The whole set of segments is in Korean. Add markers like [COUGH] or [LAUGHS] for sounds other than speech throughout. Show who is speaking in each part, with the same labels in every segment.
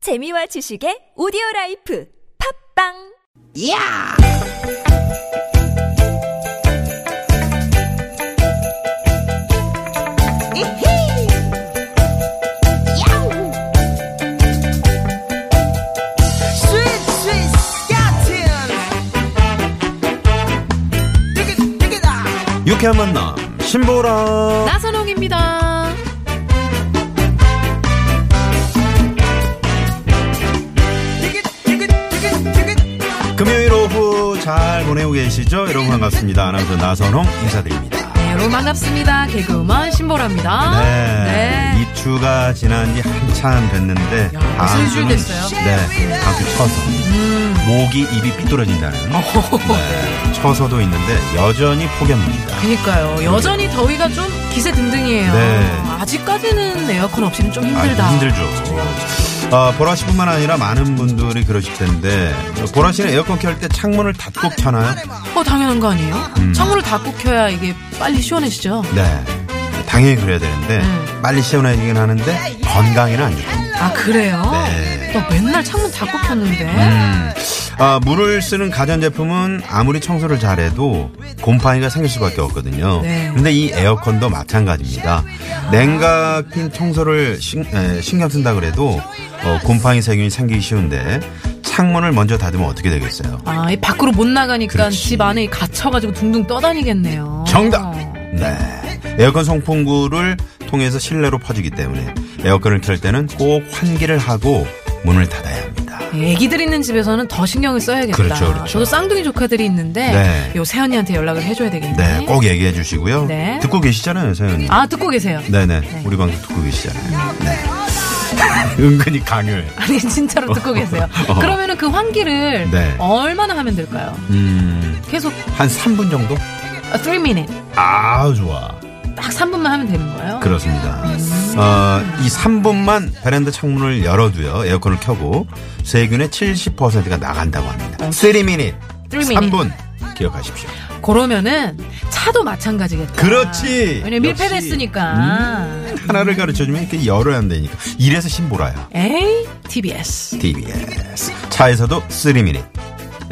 Speaker 1: 재미와 지식의 오디오 라이프 팝빵!
Speaker 2: 야! 이히! 야우! 스윗 스윗 스캇틴! 띠기 띠기다!
Speaker 3: 유쾌한 만남 신보라
Speaker 4: 나선홍입니다.
Speaker 2: 띠기 띠기 띠기 띠기
Speaker 3: 금요일 오후 잘 보내고 계시죠? 여러분 반갑습니다. 아나운서 나선홍 인사드립니다.
Speaker 4: 네, 여러분 반갑습니다. 개그우먼 신보라입니다.
Speaker 3: 네, 이 주가 지난 지 한참 됐는데
Speaker 4: 야,
Speaker 3: 다음
Speaker 4: 벌써 일주일
Speaker 3: 주는-
Speaker 4: 됐어요?
Speaker 3: 네, 다음 주 쳐서 목이 입이 삐뚤어진다는 네, 쳐서도 있는데 여전히 폭염입니다.
Speaker 4: 그러니까요. 여전히 더위가 좀 기세 등등이에요.
Speaker 3: 네.
Speaker 4: 아직까지는 에어컨 없이는 좀
Speaker 3: 아,
Speaker 4: 힘들다.
Speaker 3: 힘들죠. 아, 보라 씨뿐만 아니라 많은 분들이 그러실 텐데 보라 씨는 에어컨 켤 때 창문을 닫고 켜나요?
Speaker 4: 어, 당연한 거 아니에요?
Speaker 3: 음.
Speaker 4: 창문을 닫고 켜야 이게 빨리 시원해지죠.
Speaker 3: 네. 당연히 그래야 되는데
Speaker 4: 음.
Speaker 3: 빨리 시원해지긴 하는데 건강에는 안 좋다.
Speaker 4: 아, 그래요?
Speaker 3: 네.
Speaker 4: 나 맨날 창문 닫고 켰는데.
Speaker 3: 아, 물을 쓰는 가전제품은 아무리 청소를 잘해도 곰팡이가 생길 수밖에 없거든요.
Speaker 4: 네.
Speaker 3: 근데 이 에어컨도 마찬가지입니다. 냉각핀 청소를 신, 경 쓴다 그래도 어, 곰팡이 세균이 생기기 쉬운데 창문을 먼저 닫으면 어떻게 되겠어요?
Speaker 4: 아, 이 밖으로 못 나가니까
Speaker 3: 그렇지.
Speaker 4: 집 안에 갇혀가지고 둥둥 떠다니겠네요.
Speaker 3: 정답!
Speaker 4: 어.
Speaker 3: 네. 에어컨 송풍구를 통해서 실내로 퍼지기 때문에 에어컨을 켤 때는 꼭 환기를 하고 문을 닫아야 합니다.
Speaker 4: 애기들 있는 집에서는 더 신경을 써야겠다.
Speaker 3: 그렇죠, 그렇죠.
Speaker 4: 저도 쌍둥이 조카들이 있는데
Speaker 3: 네.
Speaker 4: 요 세연이한테 연락을 해줘야 되겠네.
Speaker 3: 네, 꼭 얘기해 주시고요.
Speaker 4: 네.
Speaker 3: 듣고 계시잖아요, 서연이.
Speaker 4: 아 듣고 계세요.
Speaker 3: 네네. 우리 방송 듣고 계시잖아요. 네. 은근히 강요해.
Speaker 4: 아니 진짜로 듣고 계세요.
Speaker 3: [LAUGHS] 어.
Speaker 4: 그러면은 그 환기를
Speaker 3: 네.
Speaker 4: 얼마나 하면 될까요?
Speaker 3: 음,
Speaker 4: 계속
Speaker 3: 한 3분 정도?
Speaker 4: 아, 3 minute
Speaker 3: 아, 좋아.
Speaker 4: 딱 3분만 하면 되는 거예요.
Speaker 3: 그렇습니다. 어, 이 3분만 베란다 창문을 열어두요. 에어컨을 켜고 세균의 70%가 나간다고 합니다. 3 minute.
Speaker 4: Three minute.
Speaker 3: 3분. 기억하십시오.
Speaker 4: 그러면은 차도 마찬가지겠다.
Speaker 3: 그렇지.
Speaker 4: 왜냐 면
Speaker 3: 역시. 음.
Speaker 4: 밀폐됐으니까.
Speaker 3: 하나를 가르쳐주면 이렇게 열어야 안 되니까. 이래서 신보라야.
Speaker 4: 에이 TBS.
Speaker 3: TBS. 차에서도 3 minute.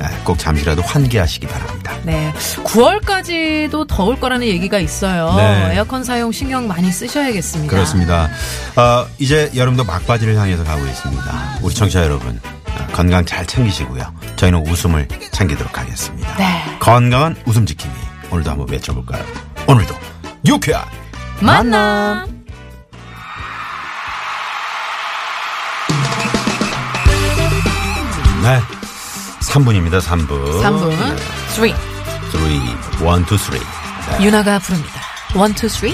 Speaker 3: 아, 꼭 잠시라도 환기하시기 바랍니다.
Speaker 4: 네, 9월까지도 더울 거라는 얘기가 있어요.
Speaker 3: 네.
Speaker 4: 에어컨 사용 신경 많이 쓰셔야겠습니다.
Speaker 3: 그렇습니다. 어, 이제 여름도 막바지를 향해서 가고 있습니다. 우리 청취자 여러분 어, 건강 잘 챙기시고요. 저희는 웃음을 챙기도록 하겠습니다.
Speaker 4: 네.
Speaker 3: 건강한 웃음 지킴이 오늘도 한번 외쳐볼까요? 오늘도 유쾌한
Speaker 4: 만남.
Speaker 3: 네. 3분입니다. 3분. 네,
Speaker 4: 3분. 3.
Speaker 3: 3, 1, 2, 3. 네.
Speaker 4: 유나가 부릅니다. 1, 2, 3.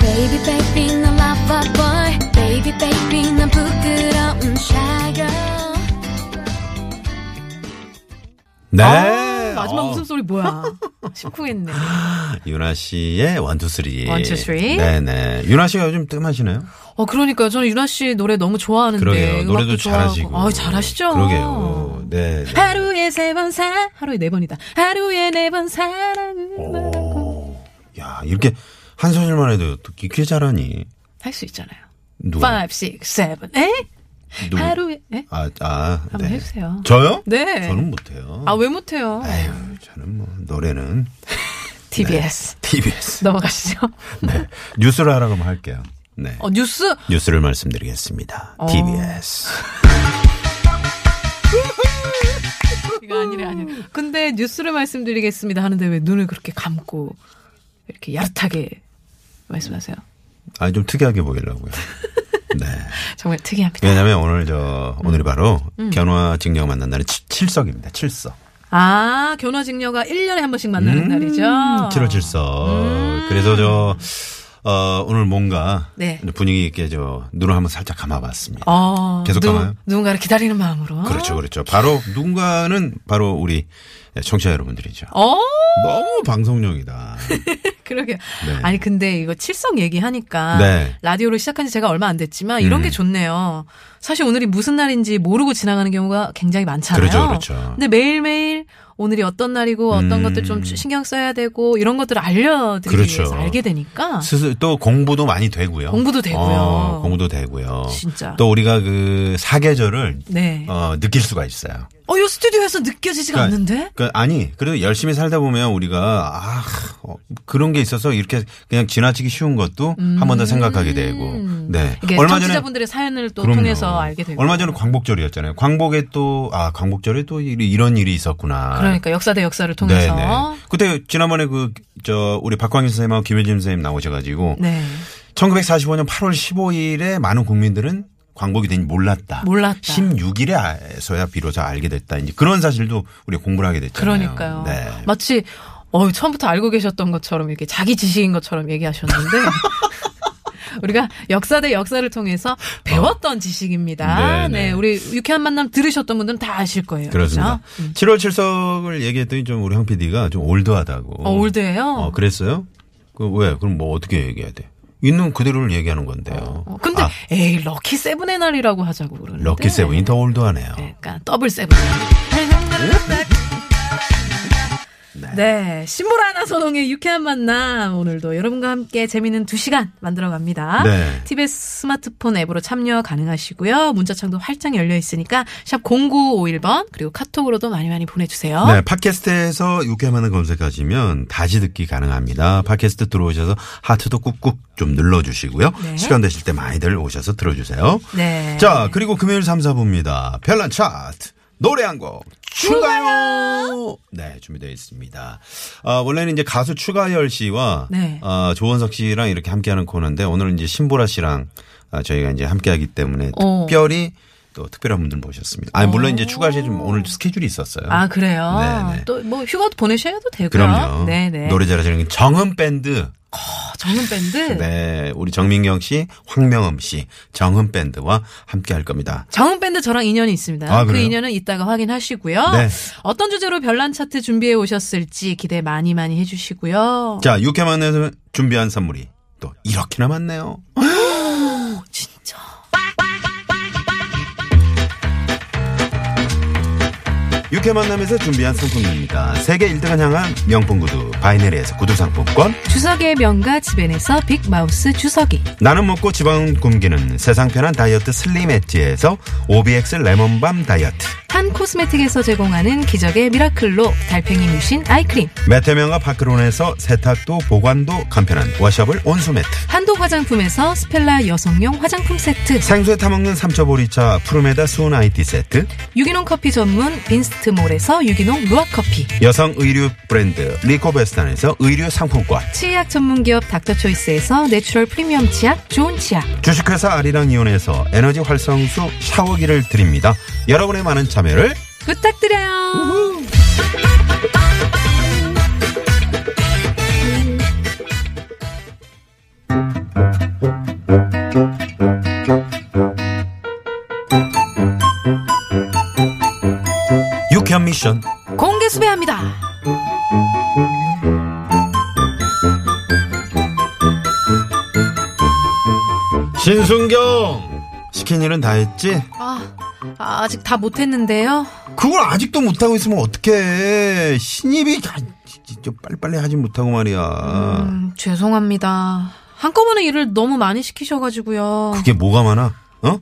Speaker 5: Baby baby 난 lover boy Baby baby 난 부끄러운 shy girl
Speaker 3: 네.
Speaker 4: 마지막
Speaker 3: 어,
Speaker 4: 웃음소리 뭐야? [LAUGHS] 심쿵했네.
Speaker 3: 유나 씨의 1, 2, 3.
Speaker 4: 원, 투, 쓰리.
Speaker 3: 네네. 유나 씨가 요즘 뜸하시나요?
Speaker 4: 어, 그러니까 저는 유나 씨 노래 너무 좋아하는데.
Speaker 3: 그러게요.
Speaker 4: 음악도
Speaker 3: 노래도
Speaker 4: 좋아하고.
Speaker 3: 잘하시고.
Speaker 4: 아, 잘하시죠?
Speaker 3: 그러게요. 네. 네.
Speaker 4: 하루에 세 번 사, 하루에 네 번이다. 하루에 네 번 사랑을
Speaker 3: 어. 오, 야 이렇게 한 소절만 해도 또 이렇게 잘하니
Speaker 4: 할수 있잖아요.
Speaker 3: 누가
Speaker 4: 5, 6, 7, 8.
Speaker 3: 누구?
Speaker 4: 하루에, 에?
Speaker 3: 아, 아,
Speaker 4: 한번 해주세요.
Speaker 3: 저요?
Speaker 4: 네.
Speaker 3: 저는 못해요.
Speaker 4: 아, 왜 못해요?
Speaker 3: 아유, 네. 저는 뭐 노래는 [LAUGHS]
Speaker 4: TBS.
Speaker 3: TBS.
Speaker 4: 넘어가시죠.
Speaker 3: 네, 뉴스를 하라고 하면 할게요. 네,
Speaker 4: 어, 뉴스.
Speaker 3: 뉴스를 말씀드리겠습니다.
Speaker 4: 어.
Speaker 3: TBS.
Speaker 4: 이거 아니래, 아니래. 근데 뉴스를 말씀드리겠습니다 하는데 왜 눈을 그렇게 감고 이렇게 야릇하게 말씀하세요?
Speaker 3: 아, 좀 특이하게 보이려고요. 네.
Speaker 4: 정말 특이합니다.
Speaker 3: 왜냐면 오늘 저 오늘이 바로
Speaker 4: 음.
Speaker 3: 견화 증명 만난다는 칠석입니다. 칠석.
Speaker 4: 아, 견화직녀가 1년에 한 번씩
Speaker 3: 음,
Speaker 4: 만나는 날이죠.
Speaker 3: 7월
Speaker 4: 아.
Speaker 3: 질서. 그래서 저, 어, 오늘 뭔가
Speaker 4: 음. 네.
Speaker 3: 분위기 있게 저 눈을 한번 살짝 감아봤습니다.
Speaker 4: 어,
Speaker 3: 계속
Speaker 4: 누,
Speaker 3: 가나요?
Speaker 4: 누군가를 기다리는 마음으로.
Speaker 3: 그렇죠, 그렇죠. 바로 누군가는 바로 우리 청취자 여러분들이죠.
Speaker 4: 어, [LAUGHS]
Speaker 3: 너무 방송용이다.
Speaker 4: 그러게. 아니 근데 이거 칠성 얘기하니까
Speaker 3: 네. 음.
Speaker 4: 라디오를 시작한 지 제가 얼마 안 됐지만 이런 게 좋네요. 사실 오늘이 무슨 날인지 모르고 지나가는 경우가 굉장히 많잖아요.
Speaker 3: 그렇죠, 그렇죠.
Speaker 4: 근데 매일매일 오늘이 어떤 날이고 어떤
Speaker 3: 음.
Speaker 4: 것들 좀 신경 써야 되고 이런 것들을 알려드리기
Speaker 3: 그렇죠.
Speaker 4: 위해서 알게 되니까
Speaker 3: 스스 또 공부도 많이 되고요.
Speaker 4: 아. 공부도 되고요.
Speaker 3: 어, 공부도 되고요.
Speaker 4: 진짜.
Speaker 3: 또 우리가 그 사계절을
Speaker 4: 네.
Speaker 3: 어, 느낄 수가 있어요.
Speaker 4: 어, 요 스튜디오에서 느껴지지가
Speaker 3: 그러니까-
Speaker 4: 않는데?
Speaker 3: 그러니까 아니 그래도 열심히 살다 보면 우리가 아 어, 그런 게 있어서 이렇게 그냥 지나치기 쉬운 것도 한 번 더 생각하게 되고. 네.
Speaker 4: 음. 이게 얼마 청취자분들의 사연을 또
Speaker 3: 그럼요.
Speaker 4: 통해서 알게 되고.
Speaker 3: 얼마 전에 광복절이었잖아요. 광복에 또 아 광복절에 또 이- 이런 일이 있었구나.
Speaker 4: 그러니까 역사 대 역사를
Speaker 3: 아, 네,
Speaker 4: 통해서.
Speaker 3: 네. 그때 지난번에 그 저 우리 박광일 선생님하고 김효진 선생님 나오셔가지고
Speaker 4: 네.
Speaker 3: 1945년 8월 15일에 많은 국민들은 광복이 된지 몰랐다.
Speaker 4: 몰랐다.
Speaker 3: 16일에서야 비로소 알게 됐다. 이제 그런 사실도 우리 가 공부를 하게 됐잖아요.
Speaker 4: 그러니까요.
Speaker 3: 네.
Speaker 4: 마치 어 처음부터 알고 계셨던 것처럼 이렇게 자기 지식인 것처럼
Speaker 3: [LAUGHS]
Speaker 4: 얘기하셨는데 우리가 역사 대 역사를 통해서 배웠던
Speaker 3: 네,
Speaker 4: 지식입니다. 네,
Speaker 3: 네.
Speaker 4: 우리 유쾌한 만남 들으셨던 분들은 다 아실 거예요.
Speaker 3: 그렇습니다.
Speaker 4: 그죠?
Speaker 3: 7월 7석을 얘기했더니 좀 우리 황 PD가 좀 올드하다고.
Speaker 4: 어, 올드예요.
Speaker 3: 어, 그랬어요? 그 왜? 그럼 뭐 어떻게 얘기해야 돼? 있는 그대로를 얘기하는 건데요.
Speaker 4: 어, 근데
Speaker 3: 아,
Speaker 4: 에이 럭키 세븐의 날이라고 하자고 그러는데.
Speaker 3: 럭키 세븐이 더 올드하네요.
Speaker 4: 그러니까 더블 세븐. 네, 신보라 하나 선홍의 유쾌한 만남 오늘도 여러분과 함께 재미있는 두 시간 만들어갑니다.
Speaker 3: 네.
Speaker 4: TBS 스마트폰 앱으로 참여 가능하시고요. 문자창도 활짝 열려 있으니까 샵 0951번 그리고 카톡으로도 많이 많이 보내주세요.
Speaker 3: 네, 팟캐스트에서 유쾌만을 검색하시면 다시 듣기 가능합니다. 팟캐스트 들어오셔서 하트도 꾹꾹 좀 눌러주시고요.
Speaker 4: 네.
Speaker 3: 시간 되실 때 많이들 오셔서 들어주세요.
Speaker 4: 네.
Speaker 3: 자, 그리고 금요일 3, 4부입니다. 별난 차트. 노래 한 곡, 추가요! 네, 준비되어 있습니다. 아, 원래는 이제 가수 추가열 씨와,
Speaker 4: 네.
Speaker 3: 아, 조원석 씨랑 이렇게 함께하는 코너인데, 오늘은 이제 신보라 씨랑 아, 저희가 이제 함께하기 때문에
Speaker 4: 어.
Speaker 3: 특별히 또 특별한 분들 모셨습니다. 아니, 물론 이제 추가열 씨좀 오늘 스케줄이 있었어요.
Speaker 4: 아 그래요.
Speaker 3: 네네.
Speaker 4: 또 뭐 휴가도 보내셔도 되고요.
Speaker 3: 그럼요.
Speaker 4: 그렇죠. 네네.
Speaker 3: 노래 잘하시는 정은 밴드.
Speaker 4: 어, 정은 밴드.
Speaker 3: 네. 우리 정민경 씨, 황명음 씨, 정은 밴드와 함께 할 겁니다.
Speaker 4: 정은 밴드 저랑 인연이 있습니다.
Speaker 3: 아,
Speaker 4: 그
Speaker 3: 그래요?
Speaker 4: 인연은 이따가 확인하시고요.
Speaker 3: 네.
Speaker 4: 어떤 주제로 별난 차트 준비해 오셨을지 기대 많이 많이 해주시고요.
Speaker 3: 자, 6회 만에서 준비한 선물이 또 이렇게나 많네요.
Speaker 4: [GASPS] 진짜.
Speaker 3: 육회 만남에서 준비한 상품입니다. 세계 1등을 향한 명품 구두 바이네리에서 구두 상품권
Speaker 4: 주석의 명가 집엔에서 빅마우스 주석이.
Speaker 3: 나는 먹고 지방 굶기는 세상 편한 다이어트 슬림 엣지에서 오비엑스 레몬밤 다이어트
Speaker 4: 한 코스메틱에서 제공하는 기적의 미라클로 달팽이 뮤신 아이크림.
Speaker 3: 메테면과 파크론에서 세탁도 보관도 간편한 워셔블 온수매트
Speaker 4: 한독 화장품에서 스펠라 여성용 화장품 세트.
Speaker 3: 생수에 타먹는 삼초보리차 푸르메다 수은 아이티 세트
Speaker 4: 유기농 커피 전문 빈스트몰에서 유기농 루아커피.
Speaker 3: 여성 의류 브랜드 리코베스탄에서 의류 상품권
Speaker 4: 치약 전문 기업 닥터초이스에서 내추럴 프리미엄 치약 좋은 치약.
Speaker 3: 주식회사 아리랑 이온에서 에너지 활성수 샤워기를 드립니다. 여러분의 많은 참여를
Speaker 4: 부탁드려요.
Speaker 3: 유쾌한 미션
Speaker 4: 공개 수배합니다.
Speaker 3: 신순경 시킨 일은 다 했지?
Speaker 4: 아, 아, 아직 다 못했는데요.
Speaker 3: 그걸 아직도 못하고 있으면 어떡해 신입이 가- 진짜 빨리빨리 하지 못하고 말이야
Speaker 4: 음, 죄송합니다. 한꺼번에 일을 너무 많이 시키셔가지고요.
Speaker 3: 그게 뭐가 많아? 어?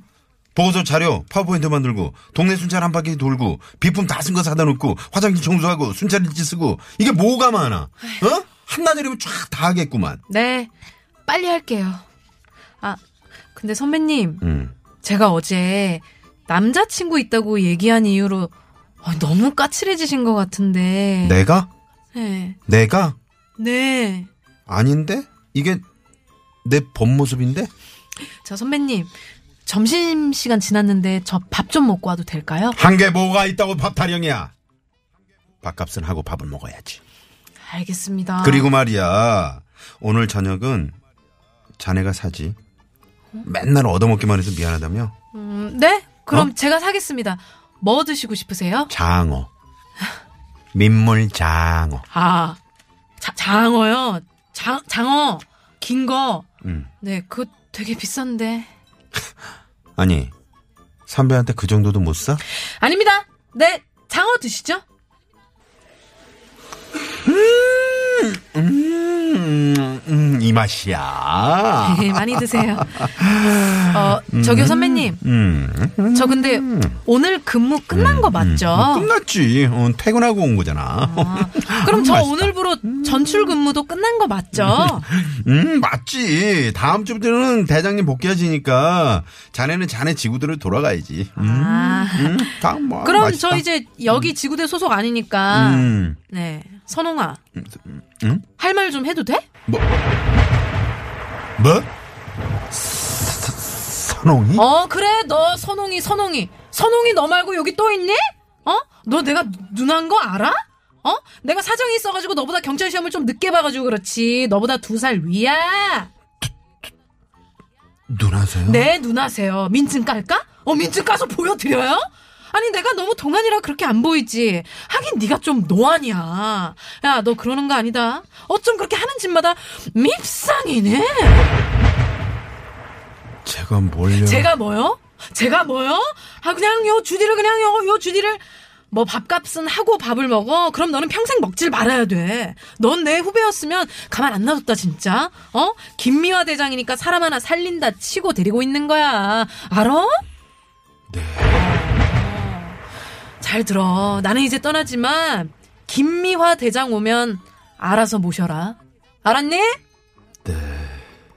Speaker 3: 보고서 자료 파워포인트 만들고 동네 순찰 한 바퀴 돌고 비품 다 쓴 거 사다 놓고 화장실 청소하고 순찰 일지 쓰고 이게 뭐가 많아? 어? 한나절이면 쫙 다 하겠구만
Speaker 4: 네, 빨리 할게요. 아, 근데 선배님,
Speaker 3: 음.
Speaker 4: 제가 어제 남자친구 있다고 얘기한 이유로 아, 너무 까칠해지신 것 같은데.
Speaker 3: 내가?
Speaker 4: 네.
Speaker 3: 내가?
Speaker 4: 네.
Speaker 3: 아닌데? 이게 내 본모습인데?
Speaker 4: 자, 선배님. 점심시간 지났는데 저 밥 좀 먹고 와도 될까요?
Speaker 3: 한 게 뭐가 있다고 밥 타령이야 밥값은 하고 밥을 먹어야지
Speaker 4: 알겠습니다.
Speaker 3: 그리고 말이야 오늘 저녁은 자네가 사지 맨날 얻어먹기만 해서 미안하다며
Speaker 4: 음, 네? 그럼
Speaker 3: 어?
Speaker 4: 제가 사겠습니다. 뭐 드시고 싶으세요?
Speaker 3: 장어 민물 장어
Speaker 4: 아, 자- 장어요? 장, 장어 긴 거.
Speaker 3: 음.
Speaker 4: 네, 그거 되게 비싼데.
Speaker 3: 아니 선배한테 그 정도도 못 사?
Speaker 4: 아닙니다. 네, 장어 드시죠?
Speaker 3: 음, 음, 이 맛이야.
Speaker 4: 네, 많이
Speaker 3: [LAUGHS]
Speaker 4: 드세요. 어, 저기요 선배님.
Speaker 3: 음, 네.
Speaker 4: 저 근데 오늘 근무 끝난 거 맞죠?
Speaker 3: 끝났지. 어, 퇴근하고 온 거잖아.
Speaker 4: 아, 그럼 저
Speaker 3: 맛있다.
Speaker 4: 오늘부로 전출 근무도 끝난 거 맞죠?
Speaker 3: 음, 맞지. 다음 주부터는 대장님 복귀하시니까 자네는 자네 지구들을 돌아가야지. 음,
Speaker 4: 아,
Speaker 3: 음, 다 뭐,
Speaker 4: 그럼
Speaker 3: 맛있다.
Speaker 4: 저 이제 여기 지구대 소속 아니니까
Speaker 3: 음,
Speaker 4: 네 선홍아
Speaker 3: 음?
Speaker 4: 할 말 좀 해도 돼?
Speaker 3: 뭐? 서- 서- 선홍이?
Speaker 4: 어 그래 너 선홍이 선홍이 선홍이 너 말고 여기 또 있니? 어? 너 내가 누난 거 알아? 어? 내가 사정이 있어가지고 너보다 경찰 시험을 좀 늦게 봐가지고 그렇지 너보다 두 살 위야
Speaker 3: 누나세요?
Speaker 4: 내 누나세요 민증 깔까? 어 민증 까서 보여드려요? 아니 내가 너무 동안이라 그렇게 안 보이지 하긴 네가 좀 노안이야 야 너 그러는 거 아니다 어쩜 그렇게 하는 집마다 밉상이네
Speaker 3: 제가 뭘요?
Speaker 4: 제가 뭐요? 제가 뭐요? 아 그냥 요 주디를 그냥 요, 요 주디를 뭐 밥값은 하고 밥을 먹어? 그럼 너는 평생 먹질 말아야 돼. 넌 내 후배였으면 가만 안 놔뒀다 진짜. 어? 김미화 대장이니까 사람 하나 살린다 치고 데리고 있는 거야. 알어? 잘 들어. 나는 이제 떠나지만 김미화 대장 오면 알아서 모셔라. 알았니? 네.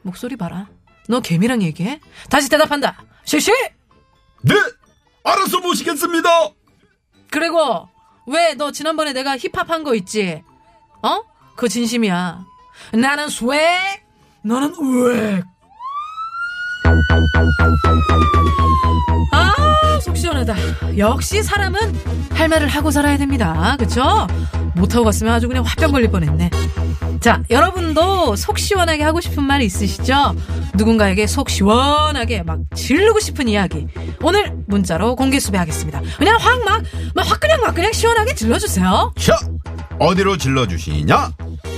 Speaker 4: 목소리 봐라. 너 개미랑 얘기해? 다시 대답한다. 실시!
Speaker 3: 네! 알아서 모시겠습니다!
Speaker 4: 그리고 왜 너 지난번에 내가 힙합한 거 있지? 어? 그거 진심이야. 나는 스웩, 너는 우웩. 아, 속 시원하다. 역시 사람은 할 말을 하고 살아야 됩니다. 그쵸? 못하고 갔으면 아주 그냥 화병 걸릴 뻔했네. 자, 여러분도 속 시원하게 하고 싶은 말 있으시죠? 누군가에게 속 시원하게 막 지르고 싶은 이야기. 오늘 문자로 공개 수배하겠습니다. 그냥 확 막, 막 확 그냥 막 그냥 시원하게 질러주세요.
Speaker 3: 샵! 어디로 질러주시냐?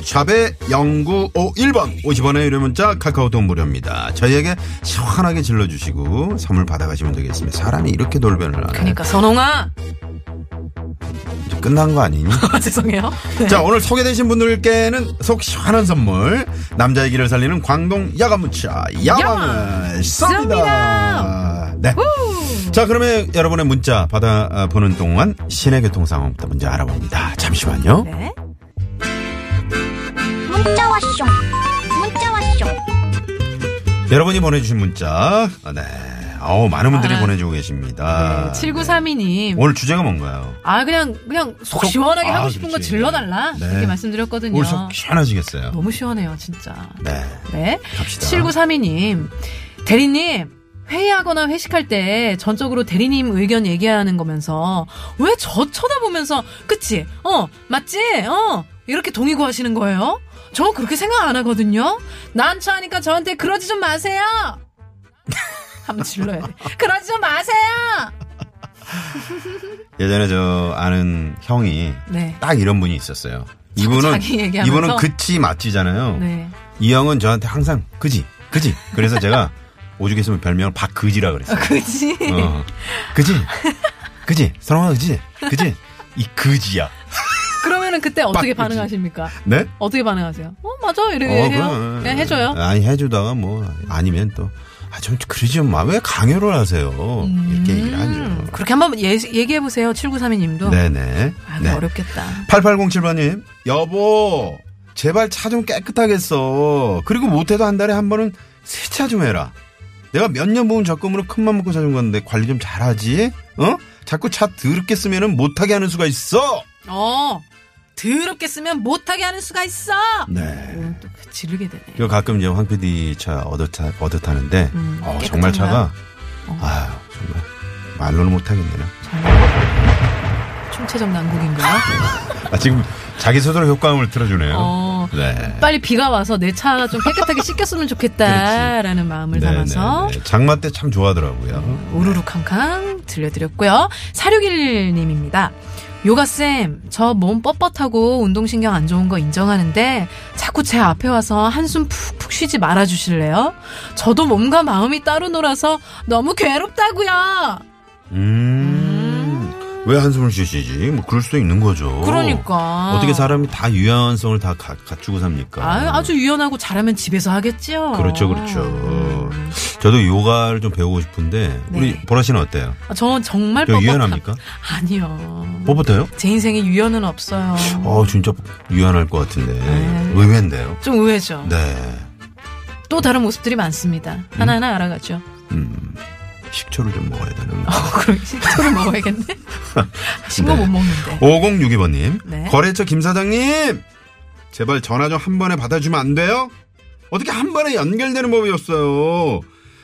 Speaker 3: 샵에 0951번 50원의 유료 문자 카카오톡 무료입니다. 저희에게 시원하게 질러주시고 선물 받아가시면 되겠습니다. 사람이 이렇게 돌변을 하네.
Speaker 4: 그러니까 선홍아. [LAUGHS]
Speaker 3: 이제 끝난 거 아니니?
Speaker 4: 죄송해요. 네.
Speaker 3: 자 오늘 소개되신 분들께는 속 시원한 선물 남자의 길을 살리는 광동 야간무차 야망을
Speaker 4: 야망
Speaker 3: 쏩니다.
Speaker 4: 쏩니다.
Speaker 3: 네. 자 그러면 여러분의 문자 받아보는 동안 시내 교통 상황부터 먼저 알아봅니다. 잠시만요.
Speaker 4: 네.
Speaker 6: 문자 왔쇼 문자 왔쇼
Speaker 3: 여러분이 보내주신 문자 아, 네. 어우 많은 분들이
Speaker 4: 아. 네,
Speaker 3: 보내주고 계십니다.
Speaker 4: 7932님.
Speaker 3: 오늘 주제가 뭔가요?
Speaker 4: 아, 그냥, 그냥 속,
Speaker 3: 속-
Speaker 4: 시원하게
Speaker 3: 아,
Speaker 4: 하고 싶은
Speaker 3: 그렇지.
Speaker 4: 거 질러달라.
Speaker 3: 네.
Speaker 4: 이렇게 말씀드렸거든요.
Speaker 3: 오늘 속 시원하시겠어요?
Speaker 4: 너무 시원해요, 진짜.
Speaker 3: 네.
Speaker 4: 네.
Speaker 3: 갑시다.
Speaker 4: 7932님. 대리님. 회의하거나 회식할 때 전적으로 대리님 의견 얘기하는 거면서 왜 저 쳐다보면서 그치? 어, 맞지? 어, 이렇게 동의 구하시는 거예요? 저 그렇게 생각 안 하거든요? 난 처하니까 저한테 그러지 좀 마세요! [LAUGHS] 한번 질러야 돼. 그러지 좀 마세요!
Speaker 3: 예전에 저 아는 형이
Speaker 4: 네.
Speaker 3: 딱 이런 분이 있었어요. 이분은
Speaker 4: 자기 얘기하면서?
Speaker 3: 이분은 그치 맞지잖아요.
Speaker 4: 네. [LAUGHS]
Speaker 3: 이 형은 저한테 항상 그지 그지 그래서 제가 [LAUGHS] 오죽했으면 별명을 박그지라
Speaker 4: [LAUGHS]
Speaker 3: 그랬어요.
Speaker 4: 그치?
Speaker 3: 어. 그지 그지 선홍아 그지 그지 이 그지야.
Speaker 4: 그러면은 그때 어떻게
Speaker 3: 빡, 그치?
Speaker 4: 반응하십니까?
Speaker 3: 네?
Speaker 4: 어떻게 반응하세요? 어, 맞아. 이렇게
Speaker 3: 어,
Speaker 4: 해요.
Speaker 3: 그럼.
Speaker 4: 그냥 해줘요.
Speaker 3: 아니 해주다가 뭐 아니면 또. 아, 좀, 그러지 좀 마. 왜 강요를 하세요? 이렇게 얘기를
Speaker 4: 음,
Speaker 3: 하죠.
Speaker 4: 그렇게 한번 예, 얘기해 보세요. 7932님도.
Speaker 3: 네네.
Speaker 4: 아,
Speaker 3: 네.
Speaker 4: 어렵겠다.
Speaker 3: 8807번님, 여보, 제발 차 좀 깨끗하게 써. 그리고 못해도 한 달에 한 번은 세차 좀 해라. 내가 몇 년 모은 적금으로 큰맘 먹고 사준 건데 관리 좀 잘하지? 어? 자꾸 차 더럽게 쓰면은 못하게 하는 수가 있어!
Speaker 4: 어. 더럽게 쓰면 못하게 하는 수가 있어.
Speaker 3: 네.
Speaker 4: 이건 또그 지르게 되네.
Speaker 3: 그리고 가끔 이제 황 PD 차 얻어, 차, 얻어 타는데,
Speaker 4: 음,
Speaker 3: 어,
Speaker 4: 깨끗한
Speaker 3: 정말 차가,
Speaker 4: 거야? 어.
Speaker 3: 아유, 정말, 말로는 못하겠네요.
Speaker 4: 총체적 난국인가?
Speaker 3: 아, 지금 자기 스스로 효과음을 틀어주네요.
Speaker 4: 어.
Speaker 3: 네.
Speaker 4: 빨리 비가 와서 내 차 좀 깨끗하게 씻겼으면 좋겠다라는 마음을 담아서
Speaker 3: 네, 네. 장마 때 참 좋아하더라고요.
Speaker 4: 우르르 캉캉 들려드렸고요. 4611님입니다. 요가쌤, 저 몸 뻣뻣하고 운동신경 안 좋은 거 인정하는데 자꾸 제 앞에 와서 한숨 푹푹 쉬지 말아주실래요? 저도 몸과 마음이 따로 놀아서 너무 괴롭다고요
Speaker 3: 음. 왜 한숨을 쉬시지? 뭐 그럴 수도 있는 거죠.
Speaker 4: 그러니까.
Speaker 3: 어떻게 사람이 다 유연성을 다 가- 갖추고 삽니까?
Speaker 4: 아, 주 유연하고 잘하면 집에서 하겠죠.
Speaker 3: 그렇죠, 그렇죠.
Speaker 4: 음.
Speaker 3: 저도 요가를 좀 배우고 싶은데
Speaker 4: 네.
Speaker 3: 우리 보라 씨는 어때요?
Speaker 4: 아, 저 정말
Speaker 3: 저
Speaker 4: 뻣뻣함-
Speaker 3: 그 유연합니까?
Speaker 4: 아니요.
Speaker 3: 뻣뻣해요?
Speaker 4: 제 인생에 유연은 없어요.
Speaker 3: 어, 진짜 유연할 것 같은데
Speaker 4: 네.
Speaker 3: 의외인데요.
Speaker 4: 좀 의외죠.
Speaker 3: 네,
Speaker 4: 또 다른 모습들이 많습니다. 하나하나 알아가죠.
Speaker 3: 음, 식초를 좀 먹어야 되는.
Speaker 4: 그럼
Speaker 3: [LAUGHS]
Speaker 4: 식초를 먹어야겠네. 신거
Speaker 3: 네.
Speaker 4: 못 먹는데.
Speaker 3: 5062번님,
Speaker 4: 네.
Speaker 3: 거래처 김 사장님, 제발 전화 좀 한 번에 받아주면 안 돼요? 어떻게 한 번에 연결되는 법이 없어요.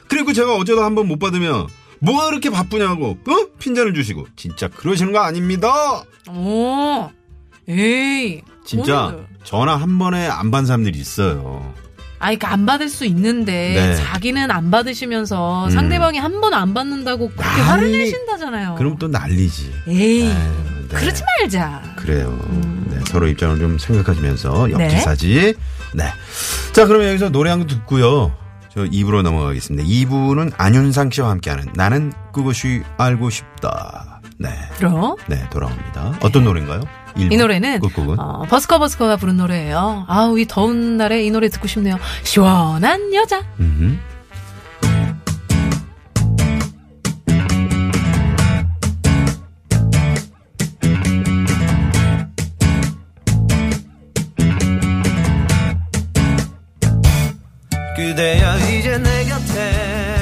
Speaker 3: 그리고 제가 어제도 한 번 못 받으면 뭐가 그렇게 바쁘냐고, 어? 핀잔을 주시고 진짜 그러시는 거 아닙니다.
Speaker 4: 오, 에이.
Speaker 3: 진짜
Speaker 4: 오늘.
Speaker 3: 전화 한 번에 안 받는 사람들이 있어요.
Speaker 4: 아니, 그러니까 안 받을 수 있는데,
Speaker 3: 네. 음.
Speaker 4: 자기는 안 받으시면서 상대방이 한 번 안 받는다고 그렇게 화를
Speaker 3: 난리.
Speaker 4: 내신다잖아요.
Speaker 3: 그럼 또 난리지.
Speaker 4: 에이.
Speaker 3: 에휴, 네.
Speaker 4: 그러지 말자.
Speaker 3: 그래요.
Speaker 4: 음.
Speaker 3: 네, 서로 입장을 좀 생각하시면서
Speaker 4: 네.
Speaker 3: 역지사지. 네. 자, 그러면 여기서 노래 한 곡 듣고요. 저 2부로 넘어가겠습니다. 2부는 안윤상 씨와 함께하는 나는 그것이 알고 싶다. 네.
Speaker 4: 들어.
Speaker 3: 네, 돌아옵니다. 어떤 노래인가요? 일부
Speaker 4: 이 노래는
Speaker 3: 끝곡은?
Speaker 4: 어, 버스커 버스커가 부른 노래예요. 아우 이 더운 날에 이 노래 듣고 싶네요. 시원한 여자.
Speaker 3: 음흠.
Speaker 2: 그대여 이제 내 곁에